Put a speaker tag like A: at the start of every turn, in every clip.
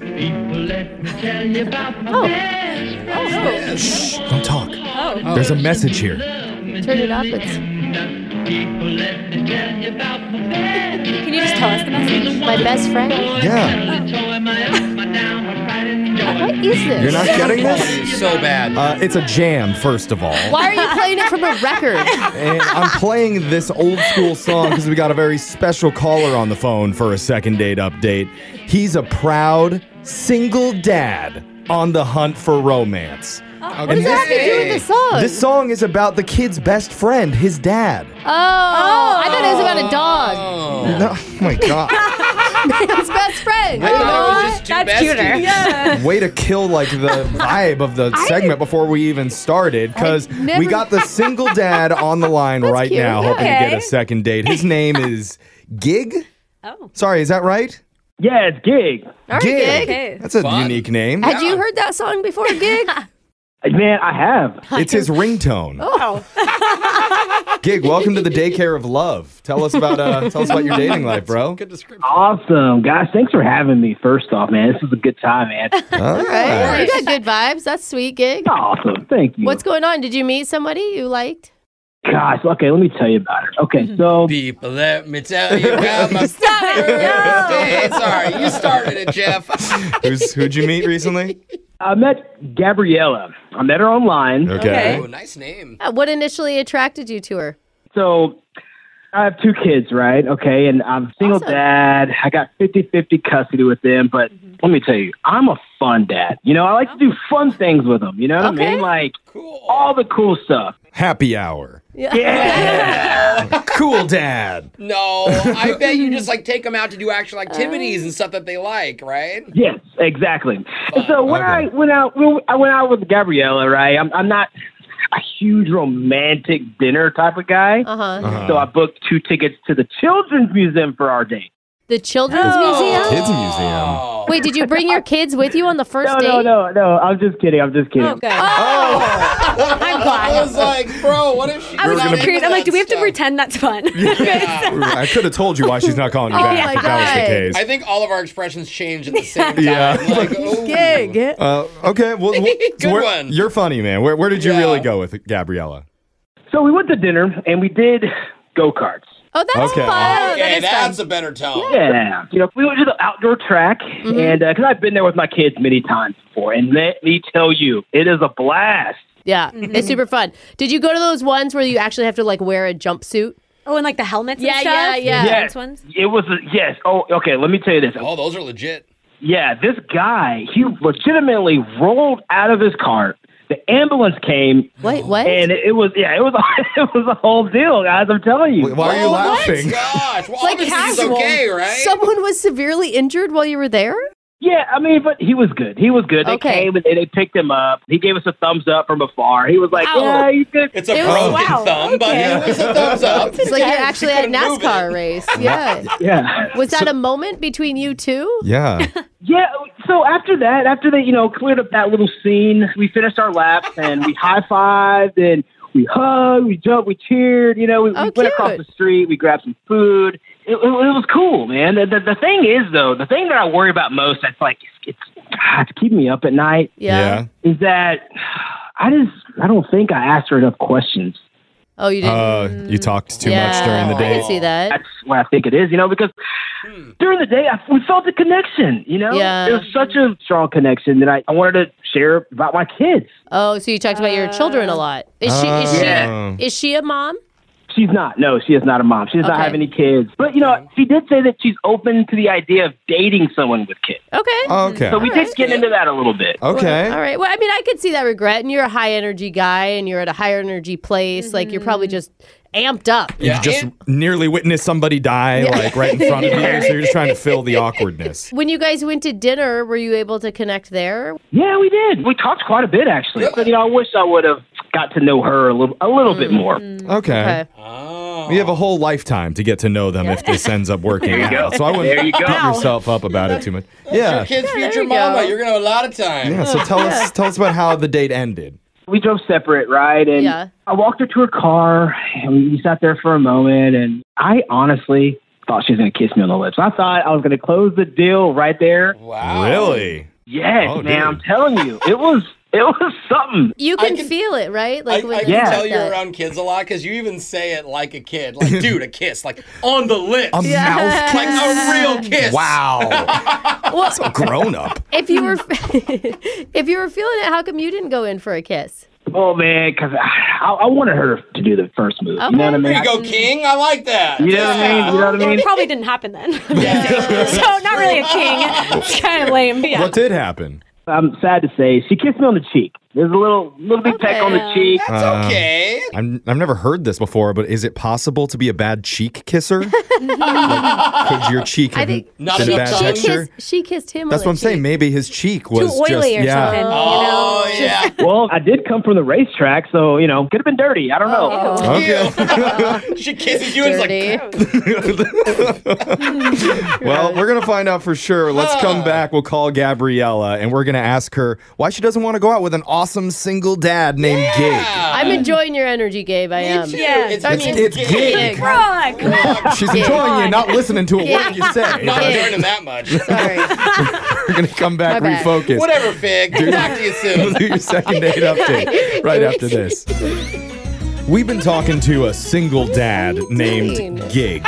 A: People, let me tell you about my
B: Oh.
A: best friend.
B: Oh,
C: Shh, don't talk.
B: oh.
C: There's a message here.
B: Turn it up, it's-
A: People, let me tell you about my best friend.
D: Can you just tell us the message?
B: My best friend. Uh,
C: Yeah.
B: What is this?
C: You're not getting this?
E: It's so bad.
C: Uh, it's a jam, first of all.
B: Why are you playing it from a record?
C: And I'm playing this old school song because we got a very special caller on the phone for a second date update. He's a proud single dad on the hunt for romance.
B: Oh, What does that have to do with the song?
C: This song is about the kid's best friend, his dad.
B: oh, I thought it was about a dog.
E: Oh.
C: No- oh my god.
B: His best friend.
E: I thought it was just two
D: That's
E: besties.
D: cuter.
C: Way to kill like the vibe of the segment before we even started cuz
B: I never-
C: we got the single dad on the line right
B: cute.
C: now hoping to get
D: Okay.
C: a second date. His name is Gig?
D: Oh.
C: Sorry, is that right?
F: Yeah, it's gig.
B: All right,
C: Gig.
B: Gig.
D: Okay.
C: That's a
E: Fun.
C: unique name.
B: Had you heard that song before, Gig?
F: Man, I have.
C: It's his ringtone.
B: Oh.
C: Gig, welcome to the daycare of love. Tell us about uh, tell us about your dating life, bro.
E: Good description.
F: Awesome. Guys, thanks for having me, first off, man. This is a good time, man.
C: All
B: Right.
C: right.
B: You got good vibes. That's sweet, Gig.
F: awesome. Thank you.
B: What's going on? Did you meet somebody you liked?
F: Gosh, okay, let me tell you about it.
B: Mhm.
F: Okay, so
E: People, let me tell you about my Stop it. Sorry, you started it, Jeff.
C: Who's, who'd you meet recently?
F: I met Gabriella. I met her online.
E: Oh, nice name.
B: Uh, What initially attracted you to her?
F: So I have two kids, right? Okay, and I'm a single
B: Awesome.
F: dad. I got 50 50 custody with them, but
B: Mm-hmm.
F: let me tell you, I'm a fun dad. You know, I like to do fun things with them. You know what I
B: Okay.
F: mean? Like
E: Cool.
F: all the cool stuff.
C: Happy hour. cool dad.
E: No, I bet you just like take them out to do actual activities and stuff that they like, right?
F: Yes, exactly. And so when
C: Okay.
F: I went out, when I went out with Gabriella, right? I'm, I'm not a huge romantic dinner type of guy,
B: Uh huh.
F: so I booked two tickets to the Children's Museum for our date.
B: The Children's Museum?
C: Kids museum.
E: Oh.
B: Wait, did you bring your kids with you on the first
F: No,
B: date?
F: no, no, no. I'm just kidding. I'm just kidding.
D: Oh, good.
E: I'm glad. I was like, bro, what if she?
D: I was
C: We're
D: just
C: gonna-
D: curious. I'm like, do we have to pretend that's fun?
C: I could have told you why she's not calling you
B: Oh
C: back
B: my
C: if that was the
B: God.
C: case.
E: I think all of our expressions changed at the same time.
C: Yeah.
E: Like, oh,
C: Uh, okay, well, well
E: Good
C: where-
E: one.
C: You're funny, man. Where, where did you
E: Yeah.
C: really go with Gabriella?
F: So we went to dinner and we did go karts.
B: Oh, that's
C: Okay.
B: fun.
E: Okay, that's a better tone.
F: Yeah, you know, we went to the outdoor track, and because I've been there with my kids many times before, and let me tell you, it is a blast.
B: Yeah,
D: Mm-hmm.
B: it's super fun. Did you go to those ones where you actually have to like wear a jumpsuit?
D: Oh, and like the helmets
B: Yeah,
D: and stuff?
B: yeah, yeah.
D: The
B: Yes.
D: dance ones?
F: It was a, yes. Oh, okay. Let me tell you this.
E: Oh, those are legit.
F: Yeah, this guy, he legitimately rolled out of his cart. The ambulance came,
B: Wait, what?
F: and it was yeah, it was a, it was a whole deal, guys. I'm telling you.
C: Why are you
E: oh,
C: laughing?
E: My gosh, well,
B: Like
E: obviously it's
B: casual.
E: okay, right?
B: Someone was severely injured while you were there?
F: Yeah, I mean, but he was good. He was good. They
B: Okay.
F: came and they, they picked him up. He gave us a thumbs up from afar. He was like,
B: Wow.
F: "Yeah, you good."
E: It's a
B: It was-
E: broken
D: wow,
E: thumb, but it was a thumbs up.
B: It's like you're actually at a
E: couldn't move
B: NASCAR
E: it.
B: race. Yeah.
F: Yeah,
B: Was that a moment between you two?
C: Yeah.
F: yeah. So after that, after they, you know, cleared up that little scene, we finished our laps and we high fived and we hugged, we jumped, we cheered. You know, we,
B: Oh,
F: we
B: cute.
F: went across the street, we grabbed some food. It, it, it was cool, man. The, the, the thing is, though, the thing that I worry about most that's like it's, it's, ah, it's keeping me up at night
B: Yeah.
F: is that I just I don't think I asked her enough questions.
B: Oh, you
C: Yeah.
B: didn't.
C: Uh, you talked too
B: yeah.
C: much during the
B: I
C: date.
B: can see that.
F: That's what I think it is, you know, because
E: Hmm.
F: during the day, I, we felt the connection, you know?
B: Yeah.
F: It was such a strong connection that I, I wanted to share about my kids.
B: Oh, so you talked about your children a lot. Is she is she is she a mom?
F: She's not. No, she is not a mom. She does not
B: Okay.
F: have any kids. But, you know, she did say that she's open to the idea of dating someone with kids.
B: Okay.
C: Okay.
F: So we did get into that a little bit.
C: Okay.
B: All right. Well, I mean, I could see that regret. And you're a high energy guy and you're at a higher energy place. Like, you're
D: Mm-hmm.
B: probably just amped up.
E: Yeah.
C: You just
E: and-
C: nearly witnessed somebody die, like right in front of you. So you're just trying to fill the awkwardness.
B: When you guys went to dinner, were you able to connect there?
F: Yeah, we did. We talked quite a bit, actually. But, you know, I wish I would have got to know her a little, a little
B: Mm-hmm.
F: bit more.
C: Okay.
E: Oh.
C: We have a whole lifetime to get to know them if this ends up working out. So I wouldn't
F: There you go.
C: beat yourself up about it too much. Yeah.
E: Your kid's future
B: you
E: mama.
B: go.
E: You're gonna have a lot of time.
C: Yeah. So tell us tell us about how the date ended.
F: we drove separate, right? And
B: Yeah.
F: I walked her to her car and we sat there for a moment. And I honestly thought she was going to kiss me on the lips. I thought I was going to close the deal right there.
E: Wow.
C: Really?
F: Yes,
C: Oh, dude.
F: man, I'm telling you, it was it was something.
B: You
E: I
B: can,
E: can-
B: feel it, right?
E: I, I
B: Like when
E: can
B: you're
F: Yeah.
E: tell
B: like
E: you're
B: that.
E: around kids a lot because you even say it like a kid, like dude, a kiss, like on the lips,
C: A
B: Yeah.
C: mouth
E: like a real kiss.
C: Wow.
B: Well,
C: Grown up.
B: if you were if you were feeling it, how come you didn't go in for a kiss?
F: Oh man, because I, I wanted her to do the first move. You know what I
E: There
F: mean?
E: you go, King. I like that.
F: You know what I mean? You know what I mean?
D: It probably didn't happen then.
E: Yeah.
D: so not really a king. It's kind of lame. But yeah.
C: What did happen?
F: I'm sad to say she kissed me on the cheek. There's a little little big peck on the cheek.
E: That's okay.
C: I'm, I've never heard this before, but is it possible to be a bad cheek kisser? Like, could your cheek have
B: think-
C: been
E: Not
C: a
E: enough
C: bad
E: time.
B: She
E: Texture?
C: texture?
B: kissed, she kissed him.
C: That's what
B: on
C: I'm
B: the cheek.
C: saying. Maybe his cheek
D: Too
C: was
D: oily
C: just
D: or
C: yeah.
D: something.
E: Oh
D: you know?
E: yeah.
F: Well, I did come from the racetrack, so you know, could have been dirty. I don't know.
E: Ew. she kisses you and
B: Dirty.
E: it's like, "Gross."
C: Well, we're gonna find out for sure. Let's come back. We'll call Gabriella and we're gonna ask her why she doesn't want to go out with an awesome single dad named Gig.
B: I'm enjoying your energy, Gabe. I am.
E: Me too.
D: Yeah.
E: It's,
B: I
E: it's,
B: mean,
E: it's,
C: it's
E: gay.
B: gig.
D: Frog.
C: She's enjoying you, not listening to a word you say.
E: Not
B: Gig.
E: enjoying him that much.
B: Sorry.
C: We're gonna come back,
B: My bad.
C: refocus.
E: Whatever, Fig. Talk to you soon.
C: We'll do your second date update right after this. We've been talking to a single dad
B: you doing?
C: named Gig.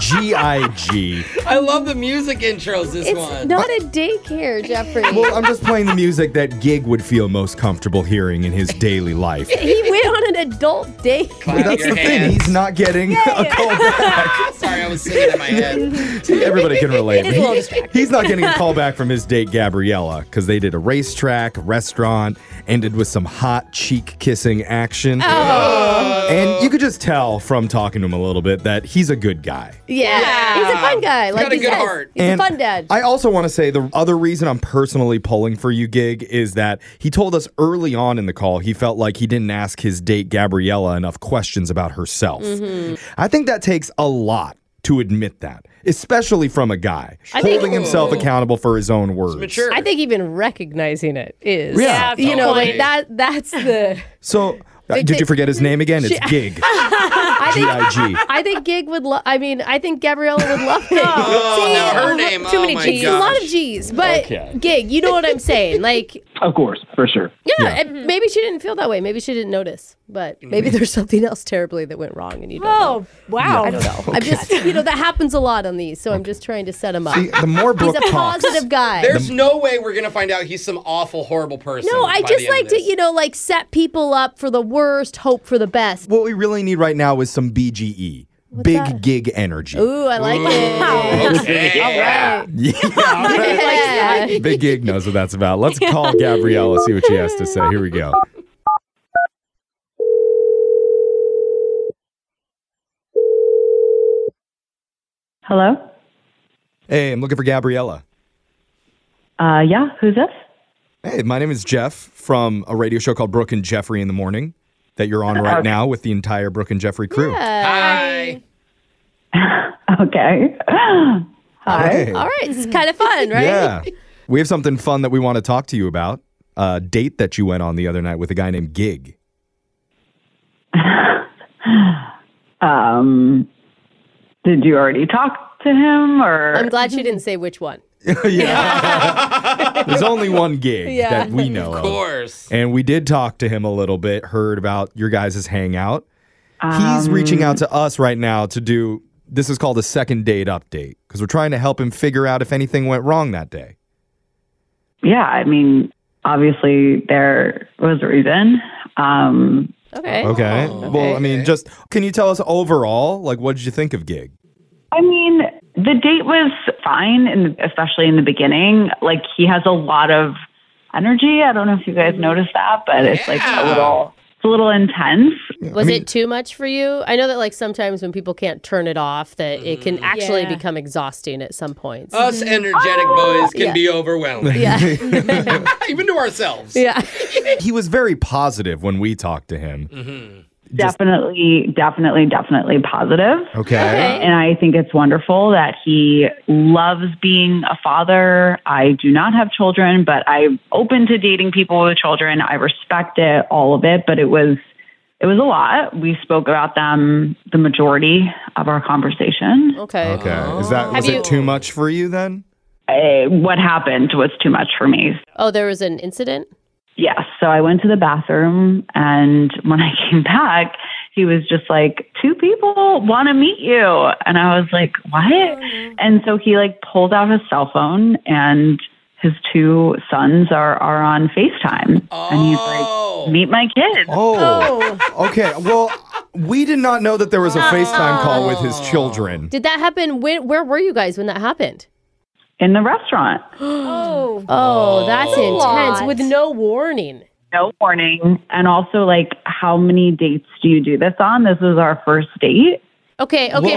C: G I G.
E: I love the music intros this
B: it's
E: one.
B: not a daycare, Jeffrey.
C: Well, I'm just playing the music that Gig would feel most comfortable hearing in his daily life.
B: he went on an adult date.
E: Clap
C: That's
E: your
C: the thing.
E: hands.
C: He's not getting a call back.
E: Sorry, I was singing in my head.
C: See, everybody can relate.
D: It's a little
C: He-
D: distracting.
C: he's not getting a call back from his date Gabriella because they did a racetrack, restaurant, ended with some hot cheek kissing action.
D: Oh.
C: And you could just tell from talking to him a little bit that he's a good guy.
B: Yeah. He's a fun guy. like
E: got a
B: he
E: good
B: says.
E: heart.
B: He's
C: and
B: a fun dad.
C: I also want to say the other reason I'm personally pulling for you, Gig, is that he told us early on in the call he felt like he didn't ask his date Gabriella enough questions about herself.
B: Mm-hmm.
C: I think that takes a lot to admit that, especially from a guy
B: think-
C: holding himself accountable for his own words.
E: Mature.
B: I think even recognizing it is.
C: Yeah.
B: You know, like
E: Totally.
B: that that's the
C: So, uh,
B: They-
C: did you
B: they-
C: forget his name again? It's
B: Shit.
C: Gig.
B: I
C: G
B: think
C: I G.
B: I think Gig would love I mean, I think Gabriella would love it. See,
E: now Oh, her name.
D: Too
E: oh
D: many
E: my
D: Gs.
B: It's a lot of
E: gosh.
B: G's, but
C: Okay.
B: Gig, you know what I'm saying? Like,
F: Of course, for sure.
B: yeah, and maybe she didn't feel that way. Maybe she didn't notice, but maybe there's something else terribly that went wrong, and you don't.
D: Oh
B: know.
D: wow.
B: I'm just, you know, that happens a lot on these, so I'm just trying to set him up.
C: See, the more
B: He's
C: Brooke
B: a
C: talks,
B: positive guy.
E: There's no way we're gonna find out he's some awful, horrible person.
B: no, I
E: by the
B: just
E: end of
B: like to,
E: this.
B: you know, like set people up for the worst, hope for the best.
C: what we really need right now is some BGE, big gig energy.
B: Ooh, I like it.
E: Okay.
B: Yeah.
C: Big Gig knows what that's about. Let's call Gabriella, see what she has to say. Here we go.
G: Hello?
C: Hey, I'm looking for Gabriella.
G: Uh, yeah, who's this?
C: Hey, my name is Jeff from a radio show called Brooke and Jeffrey in the Morning that you're on right now with the entire Brooke and Jeffrey crew.
E: Hi.
G: Okay. Hi.
C: Hey.
B: All right, it's kind of fun, right?
C: Yeah. We have something fun that we want to talk to you about. A date that you went on the other night with a guy named Gig.
G: Um, did you already talk to him or?
B: I'm glad she didn't say which one.
C: yeah. There's only one Gig
B: Yeah.
C: that we know
E: Of course.
C: And we did talk to him a little bit, heard about your guys' hangout. He's reaching out to us right now to do this is called a second date update because we're trying to help him figure out if anything went wrong that day.
G: yeah, I mean, obviously there was a reason. Um,
B: Okay.
C: Okay. Well, I mean, just can you tell us overall, like, what did you think of Gig?
G: I mean, the date was fine, and especially in the beginning. Like he has a lot of energy. I don't know if you guys noticed that, but it's like a little, it's a little intense.
B: Was it too much for you? I know that like sometimes when people can't turn it off, that it can actually
D: Yeah.
B: become exhausting at some points.
E: Us energetic boys can
B: Mm-hmm. Oh, Yeah.
E: be overwhelming.
B: yeah.
E: Even to ourselves.
B: yeah.
C: He was very positive when we talked to him.
G: Definitely, definitely, definitely positive.
C: Okay.
G: And I think it's wonderful that he loves being a father. I do not have children, but I'm open to dating people with children. I respect it, all of it, but it was it was a lot. We spoke about them the majority of our conversation.
B: Okay.
C: Okay. Is that was
D: Have you-
C: it too much for Oh. you then?
G: Uh, what happened was too much for me.
B: Oh, there was an incident?
G: Yes. So I went to the bathroom, and when I came back, he was just like, two people want to meet you. And I was like, what? And so he like pulled out his cell phone, and his two sons are, are on FaceTime. And he's
E: Oh.
G: like, meet my kids.
C: Oh. Okay. Well, we did not know that there was a FaceTime call with his children.
B: Did that happen? When, where were you guys when that happened?
G: In the restaurant.
D: Oh.
B: Oh, that's intense
D: lot.
B: with no warning.
G: no warning. And also, like, how many dates do you do this on? This was our first date.
B: Okay, okay,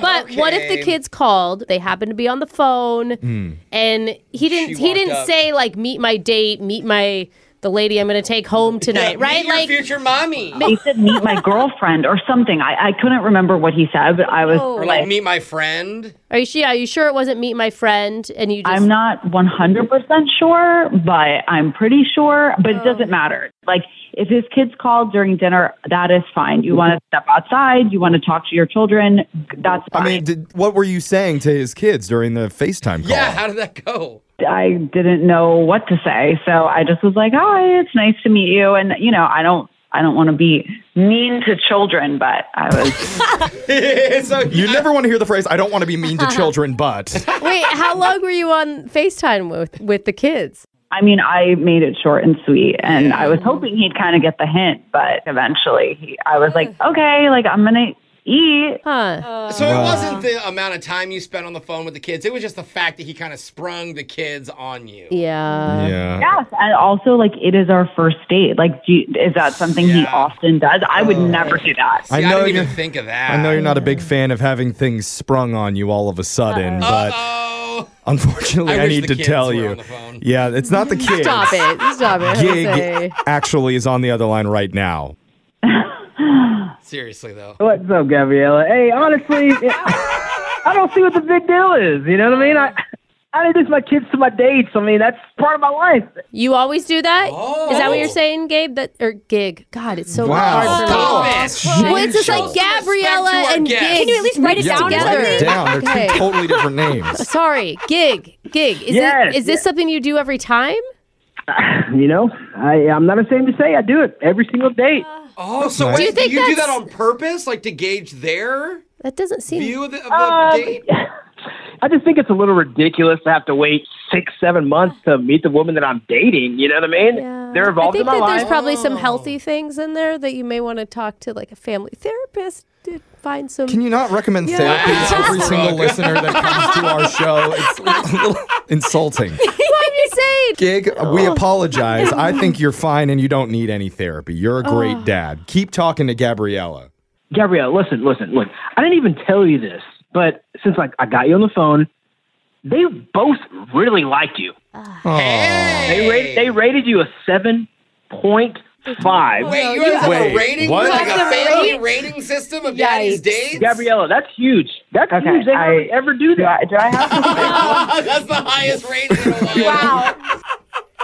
B: but but what if the
E: Okay.
B: kids called? They happened to be on the phone, and he didn't
E: She
B: he
E: walked
B: didn't
E: up.
B: say like meet my date, meet my the lady I'm going to take home tonight,
E: Meet
B: right?
E: your
B: Like
E: future mommy.
G: He said, meet my girlfriend or something. I, I couldn't remember what he said, but I was
E: Or like
G: like,
E: meet my friend.
B: Are you sure? Are you sure it wasn't meet my friend? And you just
G: I'm not 100% sure, but I'm pretty sure. But
C: Oh.
G: it doesn't matter. Like, if his kids call during dinner, that is fine. You want to step outside, you want to talk to your children, that's
C: I
G: fine.
C: mean, did, what were you saying to his kids during the FaceTime call?
E: Yeah, how did that go?
G: I didn't know what to say, so I just was like, "Hi, it's nice to meet you." And you know, I don't, I don't want to be mean to children, but I was.
E: so
C: You never want to hear the phrase "I don't want to be mean to children," but
E: Uh,
B: wait. How long were you on Facetime with with the kids?
G: I mean, I made it short and sweet, and I
C: Mm-hmm.
G: was hoping he'd kind of get the hint, but eventually, he, I was like, "Okay, like I'm gonna eat."
B: Huh?
E: So it
C: Wow.
E: wasn't the amount of time you spent on the phone with the kids. It was just the fact that he kind of sprung the kids on you.
B: Yeah.
C: yeah.
G: Yes, and also like it is our first date. Like, do you, is that something he
E: Yeah.
G: often does? I would
F: Oh.
G: never do that.
E: See, I,
C: I know
E: didn't even
C: you-
E: think of that.
C: I know you're not a big fan of having things sprung on you all of a sudden, but
E: Oh,
C: unfortunately,
E: I
C: I,
E: wish
C: need
E: the
C: to
E: kids
C: tell
E: were
C: you.
E: on the phone.
C: Yeah, it's not the kids.
B: Stop it! Stop it!
C: Gig
B: Jose.
C: actually is on the other line right now.
E: seriously though.
B: Oh,
F: What's up, Gabriella? Hey, honestly, I don't see what the big deal is. You know what I mean? I I introduce my kids to my dates. I mean, that's part of my life.
B: You always do that? Is that what you're
E: Oh.
B: saying, Gabe? That or gig? God, it's so hard for me.
E: Stop
C: Oh,
E: it.
B: Well, it's just like
E: Show some respect to
B: Gabriella
E: our
B: and gig.
E: guests.
D: Can you at least write it
C: Yeah,
D: down? or
B: together.
C: write it
D: something?
C: down. They're
B: Okay.
C: two totally different names.
B: Sorry, gig, gig. Is
F: Yes,
B: it is this something you do every time?
F: You know, I I'm not ashamed to say I do it every single date.
E: Oh, so
C: Do
E: wait,
B: you
E: do
B: think
E: you do that
B: that's-
E: on purpose, like to gauge their
B: That doesn't seem.
E: view of the, of the
B: Um,
E: date?
F: I just think it's a little ridiculous to have to wait six, seven months to meet the woman that I'm dating. You know what I mean?
B: Yeah.
F: They're involved
B: uh, I think
F: in my
B: that there's
F: life.
B: probably some healthy things in there that you may want to talk to like a family therapist to find some.
C: Can you not recommend therapy to
E: Wow,
C: every single
E: Brooke.
C: listener that comes to our show? It's a little insulting.
B: what are you saying?
C: Gig, uh,
B: Oh.
C: we apologize. I think you're fine and you don't need any therapy. You're a
B: Oh.
C: great dad. Keep talking to Gabriella.
F: Gabrielle, listen, listen, look. I didn't even tell you this, but since like I got you on the phone, they both really liked you.
B: Oh.
F: They rated, they rated you a seven point five.
E: Wait, you have
C: Wait,
E: a rating,
C: what?
E: like a family rating system of daddy's dates?
F: Gabriella, that's huge. That's
G: Okay,
F: huge. They
G: I-
F: don't ever do
G: Do
F: that.
G: I, do I have to?
E: That's the highest rating in a while.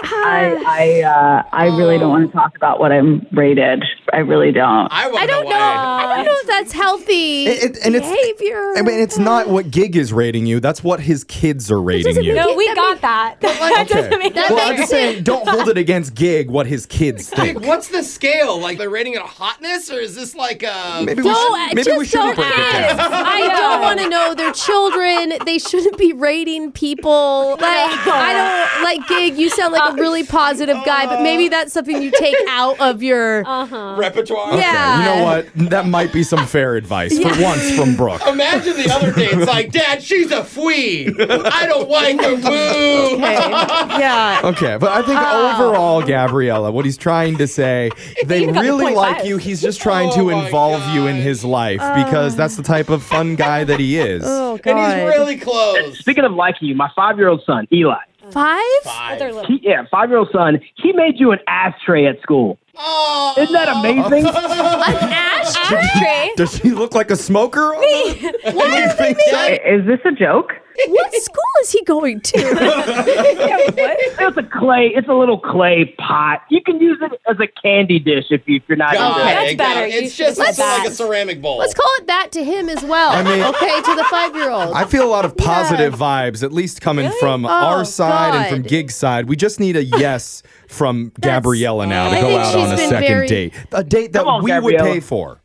G: I I, uh, I really don't want to talk about what I'm rated. I really don't.
E: I, wanna
B: I don't know.
E: why.
B: I don't know if that's healthy
C: It- it- and it's-
B: behavior.
C: I mean, it's not what Gig is rating you. That's what his kids are rating
B: doesn't
C: you.
B: mean-
D: No, we got that. that doesn't make
B: That
C: well, I'm
B: makes
C: just saying, don't hold it against Gig what his kids
E: Like,
C: think.
E: what's the scale? Like they're rating it hotness, or is this like a?
C: Maybe
B: Don't,
C: we should, maybe we
B: just don't
C: shouldn't break it
B: ask.
C: down.
B: I don't want to know their children. They shouldn't be rating people. Like I don't like gig. You sound like a
C: Uh,
B: really positive guy, but maybe that's something you take out of your.
C: Uh-huh.
E: repertoire?
B: Uh, Yeah.
C: You know what? That might be some fair advice for once from Brooke.
E: Imagine the other day. It's like, Dad, she's a fwee. I don't like
B: Oh
E: the woo.
B: yeah.
C: Okay, but I think
B: Ah.
C: overall, Gabriella, what he's trying to say, they
D: even got the
C: really
D: point
C: like
D: five.
C: you. He's just trying
E: Oh
C: to
E: my
C: involve you in
E: gosh.
C: his life because that's the type of fun guy that he is.
B: Ah. Oh
E: And
B: god.
E: he's really close.
F: Speaking of liking you, my five year old son, Eli,
B: Five?
E: Five.
D: Other little-
F: he, yeah, five year old son, he made you an ashtray at school.
E: Oh,
F: Isn't that amazing?
D: Ashtray?
C: Does she look like a smoker?
B: What, is
C: think
G: I- Is this a joke?
B: what school is he going to?
F: it's a clay. It's a little clay pot. You can use it as a candy dish if, you, if you're not.
E: God,
F: into it.
D: that's better. You
E: It's
D: should
E: just
D: have
E: it's
D: said
E: like a
D: that.
E: ceramic bowl.
B: Let's call it that to him as well.
C: I mean-
B: okay, to the five year old.
C: I feel a lot of positive vibes, at least coming from our side and from
B: Oh, God.
C: Gig's side. We just need a yes from Gabriella now to
B: I
C: go
B: think
C: out
B: she's
C: on a
B: been
C: second
B: very-
C: date. A date that
F: Come on,
C: we would
F: Gabriella.
C: pay for.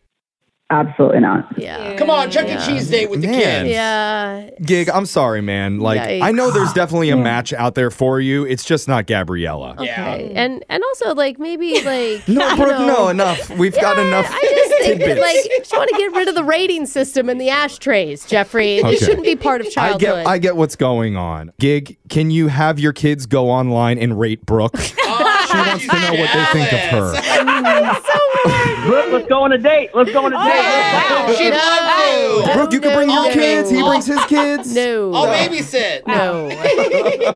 G: Absolutely not.
B: yeah.
E: Come on, Chuck E. Cheese date with the
C: Man.
E: kids.
B: Yeah.
C: Gig, I'm sorry, man. Like, I know there's definitely a match out there for you. It's just not Gabriella.
E: Yeah.
B: Okay. And and also like maybe like
C: No,
B: you
C: Brooke,
B: know,
C: no, enough. We've got enough
B: I just think that
C: tidbits.
B: like I just want to get rid of the rating system and the ashtrays, Jeffrey.
C: Okay.
B: It shouldn't be part of
C: I
B: childhood.
C: get, I get what's going on. Gig, can you have your kids go online and rate Brooke? she
E: Oh,
C: wants to know what they think of her.
F: Brooke, let's go on a date. Let's go on a date.
E: Wow, she
B: No.
E: loved you.
B: No.
C: Brooke, you can bring your
B: no.
C: kids. He brings his kids.
B: no.
E: I'll babysit.
B: No.